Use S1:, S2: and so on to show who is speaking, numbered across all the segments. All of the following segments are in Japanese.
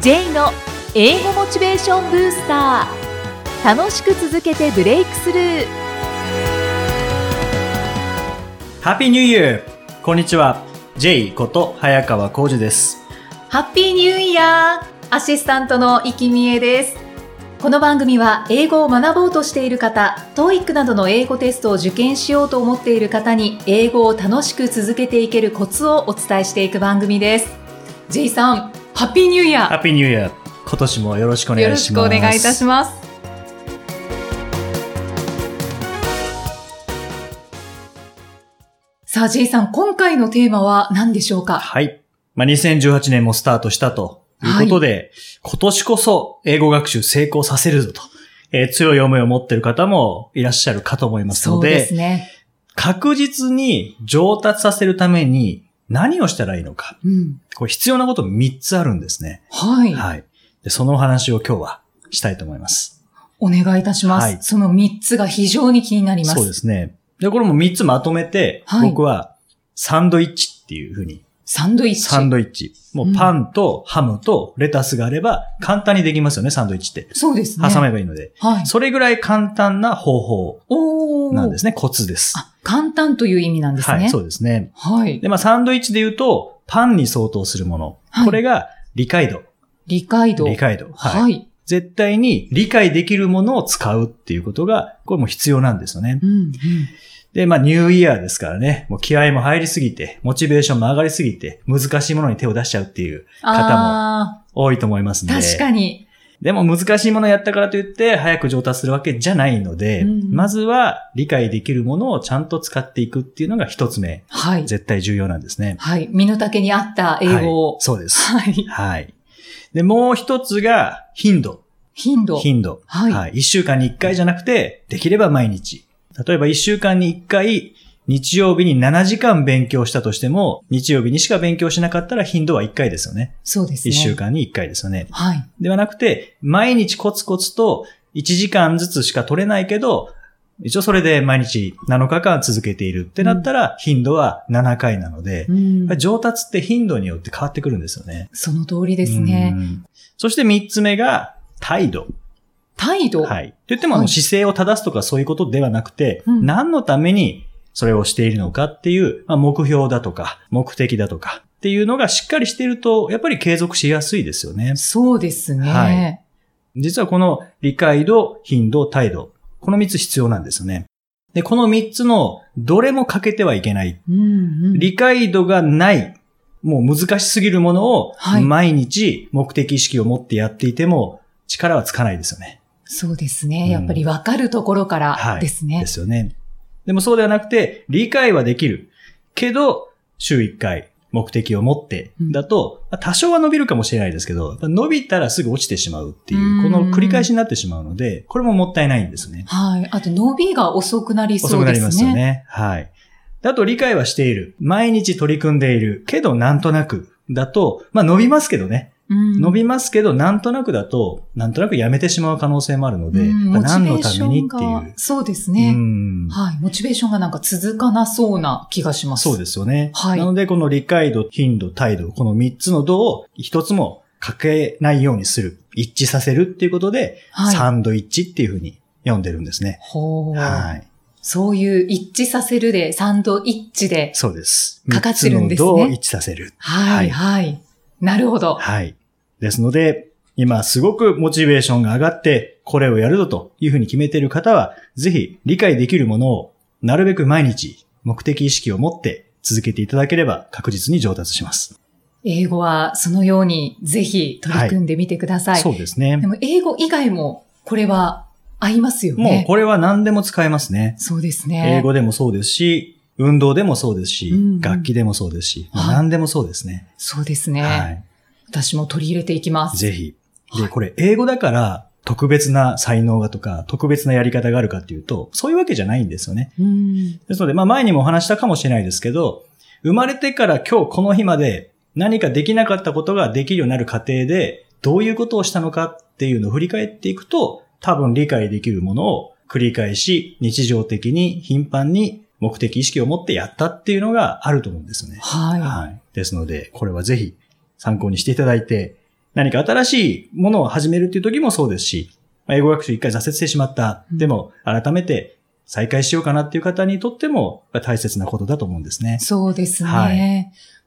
S1: J の英語モチベーションブースター楽しく続けてブレイクスルー
S2: ハッピーニューイヤーこんにちは。J こと早川浩二です。
S1: ハッピーニューイヤーアシスタントの生見えですこの番組は英語を学ぼうとしている方 TOEIC などの英語テストを受験しようと思っている方に英語を楽しく続けていけるコツをお伝えしていく番組です J さんハッピーニューイヤー
S2: ハッピーニューイヤー今年もよろしくお願いします。
S1: よろしくお願いいたします。さあ、J さん、今回のテーマは何でしょうか
S2: はい。まあ、2018年もスタートしたということで、今年こそ英語学習成功させるぞと、えー強い思いを持っている方もいらっしゃるかと思いますので、
S1: ね。
S2: 確実に上達させるために何をしたらいいのか。
S1: うん。
S2: これ必要なこと3つあるんですね。
S1: はい。
S2: はい。でそのお話を今日はしたいと思います。
S1: お願いいたします。
S2: はい
S1: その3つが非常に気になります。
S2: そうですね。で、これも3つまとめて、
S1: はい
S2: 僕はサンドイッチっていうふうに、
S1: サンドイッチ。
S2: サンドイッチ。もうパンとハムとレタスがあれば簡単にできますよね、サンドイッチって。
S1: そうですね。
S2: 挟めばいいので。
S1: はい。
S2: それぐらい簡単な方法
S1: おー
S2: なんですね。コツです。
S1: あ、簡単という意味なんですね。
S2: はい、そうですね。
S1: はい。
S2: で、まあサンドイッチで言うと、パンに相当するもの。
S1: はい
S2: これが理解度。
S1: 理解度。
S2: 理解度。はい。
S1: はい。
S2: 絶対に理解できるものを使うっていうことが、これも必要なんですよね。
S1: うん、うん。
S2: で、まあ、ニューイヤーですからね、もう気合も入りすぎて、モチベーションも上がりすぎて、難しいものに手を出しちゃうっていう、
S1: あ
S2: 多いと思います
S1: ー、
S2: ね。
S1: 確か
S2: に。
S1: に。
S2: でも難しいものやったからといって、早く上達するわけじゃないので、
S1: うん
S2: まずは理解できるものをちゃんと使っていくっていうのが一つ目、
S1: はい。
S2: 絶対重要なんですね。
S1: はい。身の丈に合った英語
S2: はい
S1: を。
S2: そうです。
S1: はい。
S2: はい。で、もう一つが、頻度。
S1: 頻度。
S2: 頻度。
S1: はい
S2: はい。一週間に一回じゃなくて、できれば毎日。例えば一週間に一回、日曜日に7時間勉強したとしても、日曜日にしか勉強しなかったら頻度は1回ですよね。
S1: そうです
S2: 一、
S1: ね。
S2: 週。間に1回ですよね。
S1: はい。
S2: ではなくて、毎日コツコツと1時間ずつしか取れないけど、一応それで毎日7日間続けているってなったら、頻度は7回なので、
S1: うん
S2: やっぱり上達って頻度によって変わってくるんですよね。
S1: その通りですね。
S2: うん。そして3つ目が、態度。
S1: 態度。
S2: はい。と言っても、あ
S1: は
S2: の
S1: い
S2: 姿勢を正すとかそういうことではなくて、
S1: うん
S2: 何のためにそれをしているのかっていう、まあ、目標だとか、目的だとかっていうのがしっかりしていると、やっぱり継続しやすいですよね。
S1: そうですね。
S2: は実はこの理解度、頻度、態度。この3つ必要なんですよね。で、この3つのどれも欠けてはいけない。
S1: うんうん、
S2: 理解度がない。もう難しすぎるものを
S1: はい
S2: 毎日目的意識を持ってやっていても力はつかないですよね。
S1: そうですね。
S2: うん
S1: やっぱり分かるところか
S2: は
S1: ら
S2: い
S1: ですね。
S2: ですよね。でもそうではなくて、理解はできる。けど、週1回目的を持って
S1: うん
S2: だと、まあ多少は伸びるかもしれないですけど、伸びたらすぐ落ちてしまうって
S1: う
S2: いう、
S1: ん
S2: この繰り返しになってしまうので、これももったいないんですね。
S1: はい。あと、伸びが遅くなり
S2: 遅
S1: そ
S2: く
S1: う
S2: な
S1: で
S2: り
S1: すね。
S2: ますよね。はい。であと理解はしている。毎日取り組んでいる。けどなんとなく。だと、まあ伸びますけどね。
S1: うん
S2: 伸びますけど、なんとなくだと、なんとなくやめてしまう可能性もあるので、
S1: うん
S2: まあ
S1: モチ
S2: 何
S1: ベ
S2: の
S1: ー
S2: た
S1: シ
S2: め
S1: ョ
S2: に
S1: ン
S2: ってい
S1: が
S2: う。
S1: そうです
S2: う
S1: ね、
S2: ん
S1: はい。モチベーションがなんか続かなそうな気がします。
S2: そうですよね。
S1: はい
S2: なので、この理解度、頻度、態度、この3つの度を一つも欠けないようにする、一致させるっていうことで、
S1: はい。
S2: サンドイッチっていうふうに読んでるんですね。
S1: ほう、
S2: はい。
S1: そういう一致させるで、サンドイッチで。
S2: そうです。
S1: かかってるんですね
S2: 3つの度を一致させる。
S1: はい、はい。なるほど。
S2: はい。ですので、今すごくモチベーションが上がって、これをやるぞというふうに決めている方は、ぜひ理解できるものをなるべく毎日目的意識を持って続けていただければ確実に上達します。
S1: 英語はそのようにぜひ取り組んでみてください。
S2: そうですね。
S1: でも英語以外もこれは合いますよ
S2: もう
S1: ね。
S2: これは何でも使えますね。
S1: そうですね。
S2: 英語でもそうですし、運動でもそうですし、
S1: うんうん
S2: 楽器でもそうですし、もう
S1: はい
S2: 何でもそうですね。
S1: そうですね、
S2: は
S1: 私も取り入れていきま
S2: い。
S1: す。
S2: ぜひ。
S1: は
S2: で、
S1: い
S2: これ英語だから特別な才能がとか、特別なやり方があるかっていうと、そういうわけじゃないんですよね。
S1: うん
S2: ですので、まあ前にもお話したかもしれないですけど、生まれてから今日この日まで何かできなかったことができるようになる過程で、どういうことをしたのかっていうのを振り返っていくと、多分理解できるものを繰り返し、日常的に頻繁に目的意識を持ってやったっていうのがあると思うんですよね。
S1: はい。
S2: はい。ですので、これはぜひ参考にしていただいて、何か新しいものを始めるっていう時もそうですし、まあ英語学習一回挫折してしまった。
S1: うん
S2: でも、改めて再開しようかなっていう方にとっても、まあ大切なことだと思うんですね。
S1: そうですね。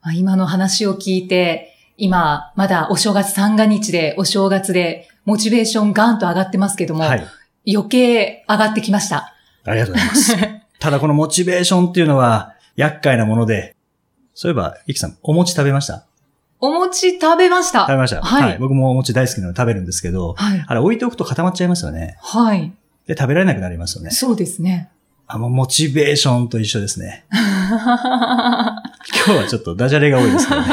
S2: は
S1: まあ、今の話を聞いて、今、まだお正月三が日で、お正月で、モチベーションガンと上がってますけども、
S2: はい。
S1: 余計上がってきました。
S2: ありがとうございます。ただこのモチベーションっていうのは厄介なもので、そういえば、イキさん、お餅食べました
S1: お餅食べまし
S2: 食べ
S1: た。
S2: ました、
S1: はい
S2: 僕もお餅大好きなので食べるんですけど、
S1: はい。
S2: あれ置いておくと固まっちゃいますよね。
S1: はい。
S2: で、食べられなくなりますよね。
S1: そうですね。
S2: あ、もうモチベーションと一緒ですね。今日はちょっとダジャレが多いですけどね。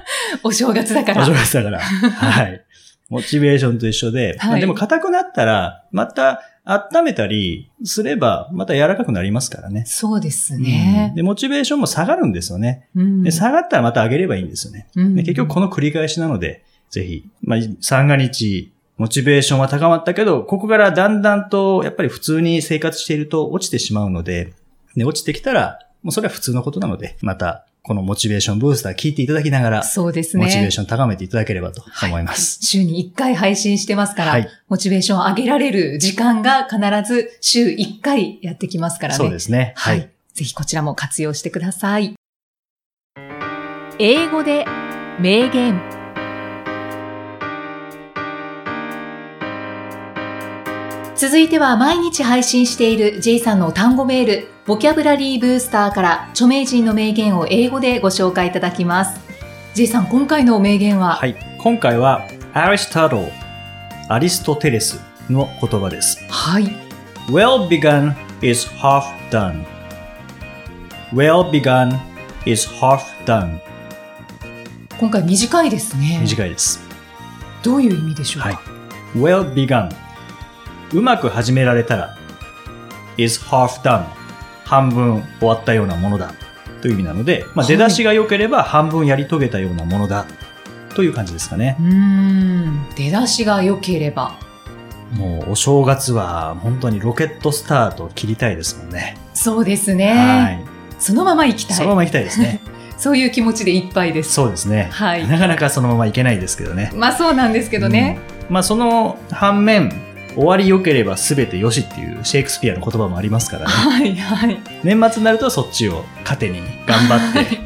S1: お正月 だか
S2: 面
S1: ら
S2: 白。かったから。はい。モチベーションと一緒で、ま
S1: は
S2: あ
S1: い
S2: でも硬くなったら、また温めたりすれば、また柔らかくなりますからね。
S1: そうです
S2: うん
S1: ね。
S2: で、モチベーションも下がるんですよね。
S1: うん
S2: で、下がったらまた上げればいいんですよね。
S1: うん
S2: で結局この繰り返しなので、ぜひ、まあ、三が日、モチベーションは高まったけど、ここからだんだんと、やっぱり普通に生活していると落ちてしまうので、で、落ちてきたら、もうそれは普通のことなので、また、このモチベーションブースター聞いていただきながら、
S1: そうです
S2: モチベー
S1: ね。
S2: ション高めていただければと思います。
S1: 週に1回配信してますから、
S2: はい。
S1: モチベーションを上げられる時間が必ず週1回やってきますからね。
S2: そうですね。は
S1: はいい。。ぜひこちらも活用してください。英語で名言。続いては毎日配信している J さんの単語メール、ボキャブラリーブースターから著名人の名言を英語でご紹介いただきます。J さん、今回の名言は、
S2: はい。今回は、アリストロアリストテレスの言葉です。
S1: はい、
S2: Well begun is half done. Well begun is half done.
S1: 今回短いですね。
S2: 短いです。
S1: どういう意味でしょうか、
S2: はい。Well begun. うまく始められたら is half done. 半分終わったようなものだ。という意味なので、ま
S1: は
S2: あ、
S1: い
S2: 出だしが良ければ半分やり遂げたようなものだ。という感じですかね
S1: う。ーん、出だしが良ければ。
S2: もうお正月は本当にロケットスタートを切りたいですもんね。
S1: そうですね。
S2: はい。
S1: そのまま行きたい。
S2: そのまま行きたいです ね。
S1: そういう気持ちでいっぱいです。
S2: そうですね。
S1: はい。
S2: なかなかそのままいけないですけどね。
S1: まあそうなんですけどね。
S2: うんまあその反面終わり良ければ全て良しっていうシェイクスピアの言葉もありますからね
S1: はいはい。
S2: 年末になるとそっちを糧に頑張 って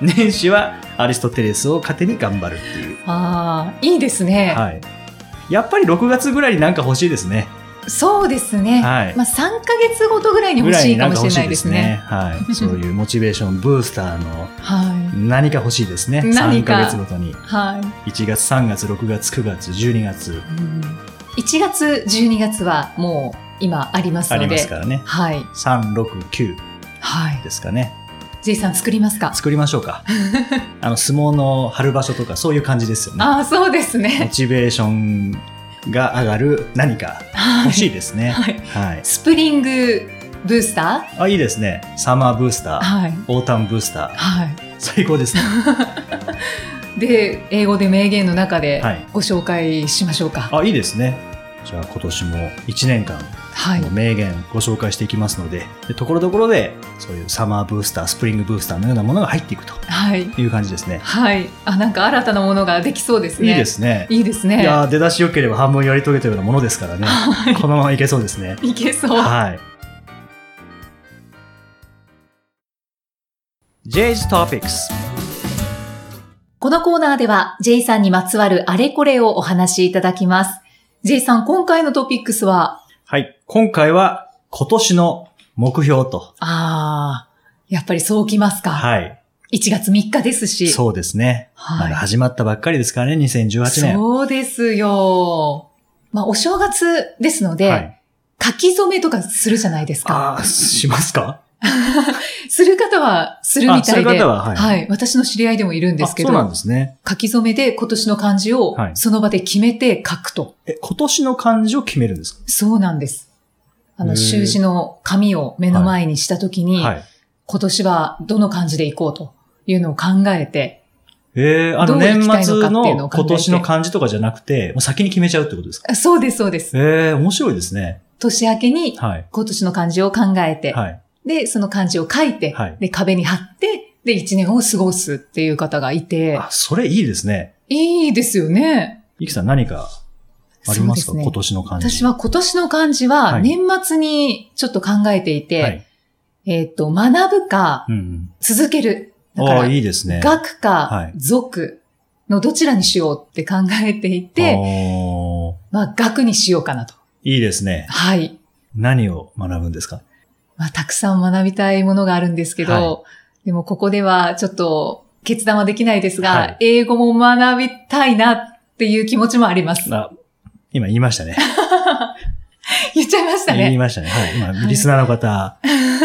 S2: 年始はアリストテレスを糧に頑張るっていう、
S1: ああ、いいですね。
S2: はい、やっぱり6月ぐらいになんか欲しいですね
S1: そうですね。
S2: はい
S1: まあ3ヶ月ごとぐらいに
S2: ぐ
S1: 欲
S2: らい
S1: しい
S2: に
S1: か
S2: なん
S1: も
S2: か
S1: しれ
S2: 欲し
S1: ないい
S2: で
S1: ですす
S2: ね
S1: ね。
S2: はい、そういうモチベーションブースターの
S1: はい。
S2: 何か欲しいですね
S1: 何
S2: 3
S1: か
S2: ヶ月ごとに
S1: はい。
S2: 1月3月6月9月12月
S1: うん1月、12月はもう今あります
S2: あり
S1: の
S2: ま
S1: で。
S2: すからね
S1: はい。
S2: 369
S1: はい。
S2: ですかね
S1: J さん作りますか
S2: 作りましょ うかあの相撲の春場所とかそういう感じですよね
S1: ああ、そうです
S2: モ
S1: ね。
S2: チベーションが上がる何か
S1: は
S2: 欲
S1: い。
S2: しいですね
S1: はい。
S2: はい
S1: スプリングブースタ
S2: あいいですねサマーブースタ
S1: ー
S2: ー
S1: はい。
S2: オータムブースタ
S1: はい。
S2: ー最高ですね
S1: で英語で名言の中で
S2: はい
S1: ご紹介しましょうか。
S2: あいいですねじゃあ今年も1年間
S1: はい。
S2: の名言ご紹介していきますので,、でところどころでそういうサマーブースタースプリングブースターのようなものが入っていくと
S1: はい。
S2: いう感じですね
S1: はい。あ、なんか新たなものができそうですね。
S2: いいで。すね
S1: いいです
S2: い
S1: ね。
S2: やー出だし良ければ半分やり遂げたようなものですから ね
S1: はい
S2: このままいけそうですね
S1: いけそう。
S2: はい。J's Topics
S1: このコーナーでは J さんにまつわるあれこれをお話しいただきます。J さん、今回のトピックスは、
S2: はい。今回は今年の目標と。
S1: あー、やっぱりそうきますか。
S2: はい。
S1: 1月3日ですし。
S2: そうですね。まだ
S1: は
S2: 始まったばっかりですからね、
S1: い。
S2: 2018年。
S1: そうですよ。まあ、お正月ですので、
S2: はい。
S1: 書き初めとかするじゃないですか。
S2: ああ、しますか
S1: する方はするみ
S2: あ、
S1: た
S2: そうい
S1: いで。
S2: う方は、はい。
S1: はい、私の知り合いでもいるんですけ
S2: あそうなん
S1: ど、
S2: ですね。
S1: 書き初めで今年の漢字を
S2: はい
S1: その場で決めて書くと。
S2: え、今年の漢字を決めるんです
S1: そうなんです。あ
S2: へ
S1: の、
S2: ー
S1: 習字の紙を目の前にしたとき
S2: か
S1: に、
S2: はい。
S1: 今年はどの漢字でいこうというのを考えて、
S2: えー、あ
S1: ど
S2: の、
S1: うい
S2: 年
S1: きたいのか
S2: 末
S1: っていうの
S2: の
S1: を考えて
S2: 今年の漢字とかじゃなくて、もう先に決めちゃうってことですか
S1: あそうです、そうです。
S2: えー、面白いですね。
S1: 年明けに
S2: はい。
S1: 今年の漢字を考えて、
S2: はい。
S1: で、その漢字を書いて、
S2: はい
S1: で、壁に貼って、で、一年を過ごすっていう方がいて、
S2: あ、それいいですね。
S1: いいですよね。
S2: いきさん何かあります
S1: そ
S2: か
S1: うですね
S2: 今年の感じ。
S1: 私は今年の漢字は
S2: はい
S1: 年末にちょっと考えていて、
S2: はい。
S1: えっ、と、学ぶか
S2: うんうん。
S1: 続ける。だか
S2: ああ、
S1: ら、
S2: いいですね。
S1: 学
S2: は
S1: か
S2: い
S1: 属のどちらにしようって考えてい
S2: あ
S1: て、
S2: ー
S1: まあ、学にしようかなと。
S2: いいですね。
S1: はい。
S2: 何を学ぶんですか
S1: まあ、たくさん学びたいものがあるんですけど、
S2: は
S1: でもここではちょっと決断はできないですが、
S2: はい
S1: 英語も学びたいなっていう気持ちもあります。
S2: あ、今言いました ね。
S1: 言っちゃいました
S2: 言い
S1: ね。
S2: ましたね。はい。今、
S1: はい
S2: リスナー の方、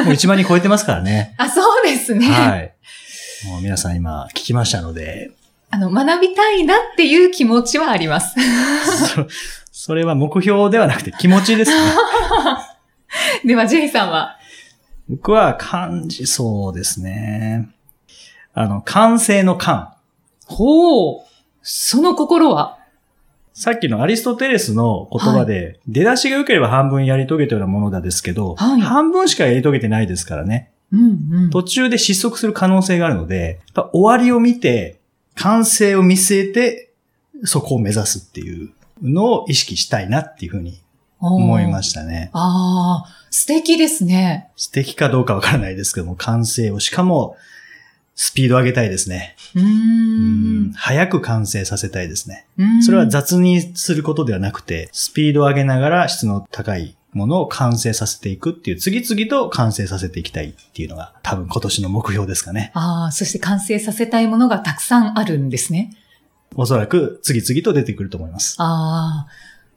S2: もう1万人超えてますからね。
S1: あ、そうですね。
S2: はい。もう皆さん今聞きましたので、
S1: あの、学びたいなっていう気持ちはあります。
S2: そ それは目標ではなくて気持ちで すね。
S1: では、ジェイさんは
S2: 僕は漢字、そうですね。あの、完成の感。
S1: ほう。その心は
S2: さっきのアリストテレスの言葉で、出だしが良ければ半分やり遂げたようなものだですけど、
S1: はい
S2: 半分しかやり遂げてないですからね。
S1: うんうん。
S2: 途中で失速する可能性があるので、やっぱ終わりを見て、完成を見据えて、そこを目指すっていうのを意識したいなっていうふうに思いま
S1: た。
S2: したね。
S1: ああ、素敵ですね。
S2: 素敵かどうかわからないですけども、完成を、しかも、スピードを上げたいですね。
S1: うー
S2: うん
S1: ん。
S2: 早く完成させたいですね。
S1: うん
S2: それは雑にすることではなくて、スピードを上げながら質の高いものを完成させていくっていう、次々と完成させていきたいっていうのが多分今年の目標ですかね。
S1: ああ、そして完成させたいものがたくさんあるんですね。
S2: おそらく次々と出てくると思います。
S1: ああ。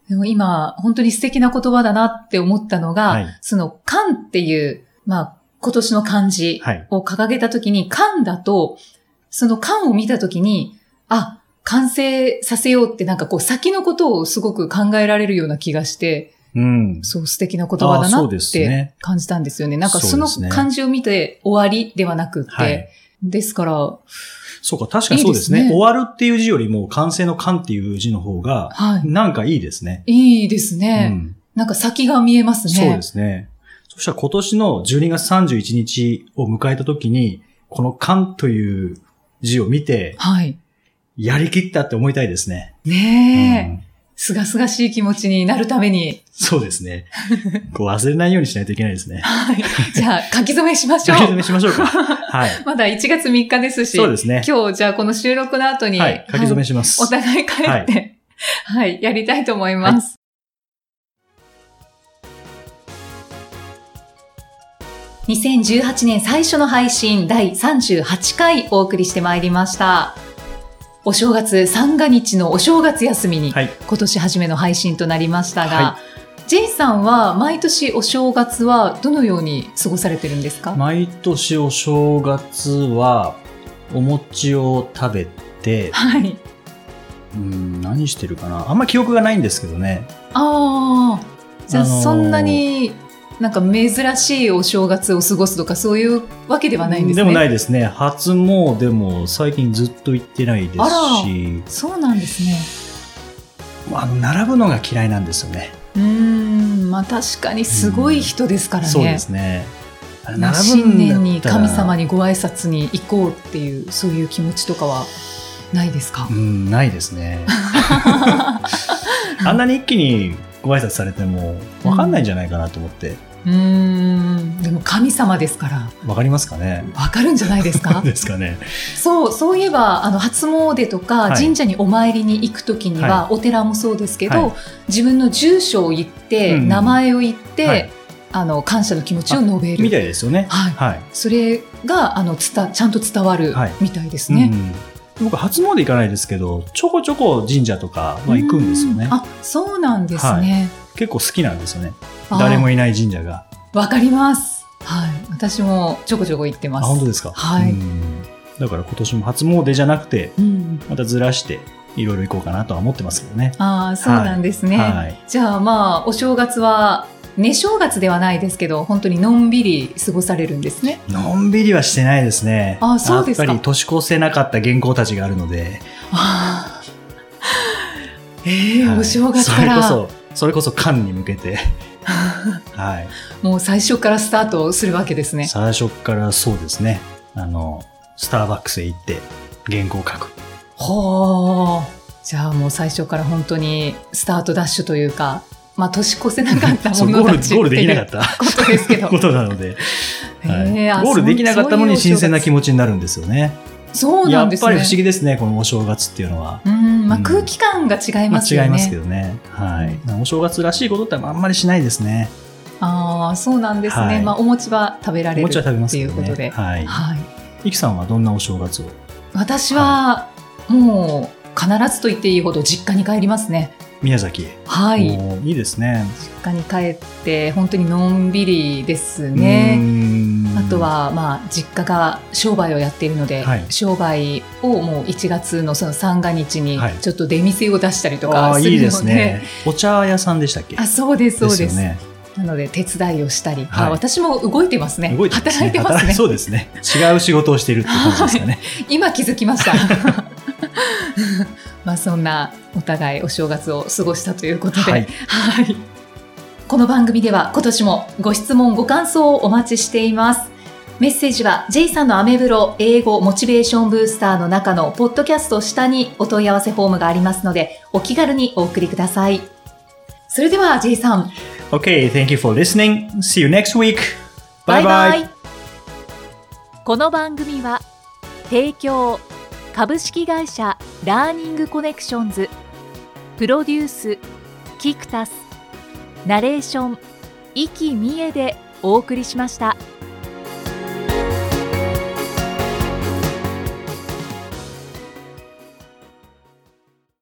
S1: でも今、本当に素敵な言葉だなって思ったのが、
S2: はい
S1: その、感っていう、まあ、今年の漢字
S2: はい
S1: を掲げたときに、感だと、その感を見たときに、あ、完成させようってなんかこう先のことをすごく考えられるような気がして、
S2: うん。
S1: そう素敵な言葉だ
S2: あーそ
S1: な
S2: う
S1: っ
S2: です
S1: て
S2: ね
S1: 感じたんですよね。なんかその
S2: そうですね
S1: 漢字を見て終わりではなくって、
S2: はい。
S1: ですから、
S2: そうか、確かにそうですね。
S1: いいですね
S2: 終わるっていう字よりも、完成の完っていう字の方が、
S1: はい。
S2: なんかいいですね。
S1: いいです
S2: う
S1: ね、
S2: ん。
S1: なんか先が見えますね。
S2: そうですね。そしたら今年の12月31日を迎えた時に、この勘という字を見て、
S1: はい。
S2: やりきったって思いたいですね。う
S1: ねえ、
S2: ん
S1: すがすがしい気持ちになるために、
S2: そうで すね。こう忘れないようにしないといけないですね。
S1: はい。じゃあ、書き初めしましょ
S2: 書き留
S1: う。
S2: めしましょう か。はい。
S1: まだ1月3日ですし、
S2: そうですね。
S1: 今日、じゃあこの収録の後に、
S2: はい。書き留めします。
S1: お互い帰って、はい、やりたいと思います。2018年最初の配信第38回お送りしてまいりました。お正月、三が日のお正月休みに、
S2: はい
S1: 今年初めの配信となりましたが、
S2: は
S1: ジェイさんは毎年お正月はどのように過ごされてるんですか、
S2: 毎年お正月は、お餅を食べて、
S1: はい。
S2: うん、何してるかな。あんま記憶がないんですけどね。
S1: ああ、じゃあ、
S2: あのー
S1: そんなになんか珍しいお正月を過ごすとかそういうわけではないんですね。。
S2: もないいですね。初もでも最近ずっと行ってないです
S1: あら
S2: し、
S1: そうなんですね。
S2: あの並ぶのが嫌いなんですよね。
S1: うーん、まあ確かにすごい人ですからね。
S2: そうですね。あ
S1: まあ
S2: 並ぶんだ
S1: 新
S2: ったら
S1: 年に神様にご挨拶に行こうっていうそういう気持ちとかはないですか
S2: う。んないです ね。あんなに一気にご挨拶されてもわかんないんじゃないかなと思って。
S1: うーん、でも神様ですから
S2: わかりますかね。
S1: わかるんじゃないですか。
S2: ですかね。
S1: そう、そういえば、あの初詣とか
S2: はい
S1: 神社にお参りに行くときには、お寺もそうですけど、
S2: は
S1: 自分の住所を言って、
S2: うんうん
S1: 名前を言って、
S2: はい
S1: あの感謝の気持ちを述べ
S2: み
S1: る。
S2: たいですよね。
S1: はい
S2: はい。
S1: それがあの伝ちゃんと伝わる
S2: はい
S1: みたいですね。
S2: うん僕初詣行かないですけど、ちょこちょこ神社とかは行くんですよね
S1: う。あ、そうなんですね。
S2: 結構好きなんですよね。
S1: あー
S2: 誰もいない神社が。
S1: わかります。はい、私もちょこちょこ行ってま
S2: あ
S1: す。
S2: 本当ですか。
S1: はい
S2: うんだから今年も初詣じゃなくて、
S1: うん、
S2: またずらしていろいろ行こうかなとは思ってますけどね。
S1: あー、そうなんですね。
S2: はい。
S1: じゃあまあお正月はね正月ではないですけど本当にのんびり過ごされるんですね。
S2: のんびりはしてないですね。
S1: あそうですか
S2: やっぱり年越せなかった原稿たちがあるので。
S1: あーええ
S2: はい
S1: お正月から
S2: それこそ、それこそ缶に向け て。はい。
S1: もう最初からスタートするわけですね。
S2: 最初からそうですね。あの、スターバックスへ行って原稿を書く。
S1: ほー。じゃあもう最初から本当にスタートダッシュというか、まあ年越せなかった
S2: そ
S1: も
S2: う
S1: の
S2: ゴール、
S1: たち
S2: ゴールできなか
S1: っ
S2: った
S1: ていうことですけど。
S2: ことなので、 はい
S1: へえあ
S2: ゴールできなかったのに
S1: そういう
S2: 新鮮な気持ちになるんですよね。
S1: そう
S2: や
S1: なん
S2: っ
S1: です
S2: ぱ
S1: ね。
S2: り不思議ですね、このお正月っていうのは。
S1: うん、まあ
S2: うん
S1: 空気感が違い
S2: ま
S1: ますよ
S2: あ、
S1: ね。
S2: 違いますけどね。はい。お正月らしいことってあんまりしないですね。
S1: ああ、そうなんですね。
S2: はい
S1: まあお餅は食べら
S2: お
S1: れる
S2: 餅は食べます
S1: とい
S2: け
S1: う
S2: ど
S1: こと
S2: ね。
S1: で。
S2: はい。
S1: はい。
S2: いきさんはどんなお正月を
S1: 私はもう必ずと言っていいほど実家に帰りますね。
S2: 宮崎。
S1: はい。
S2: おーいいですね。
S1: 実家に帰って本当にのんびりです
S2: うー
S1: ね。
S2: ん
S1: あと、はまあ実家が商売をやっているので、
S2: はい
S1: 商売をもう1月のその三が日に
S2: はい
S1: ちょっと出店を出したりと
S2: あ
S1: か
S2: ー
S1: す
S2: いい
S1: る
S2: で
S1: の
S2: す
S1: で、
S2: ね。お茶屋さんでしたっけ
S1: あそうですそうです
S2: よね。
S1: なので手伝いをしたり、
S2: はい
S1: あ私も動いてますね
S2: 動いてます
S1: 働
S2: ね。
S1: いてますね
S2: 働そうですね。違う仕事をしているって感じですかね。
S1: 今気づきました まあそんなお互いお正月を過ごしたということで、
S2: はい
S1: はいこの番組では今年もご質問ご感想をお待ちしていますメッセージは J さんのアメブロ英語モチベーションブースターの中のポッドキャスト下にお問い合わせフォームがありますのでお気軽にお送りくださいそれでは J さん
S2: Okay, thank you for listening. See you next week. Bye bye.
S1: この番組は提供株式会社ラーニングコネクションズプロデュースキクタスナレーション生きみえでお送りしました。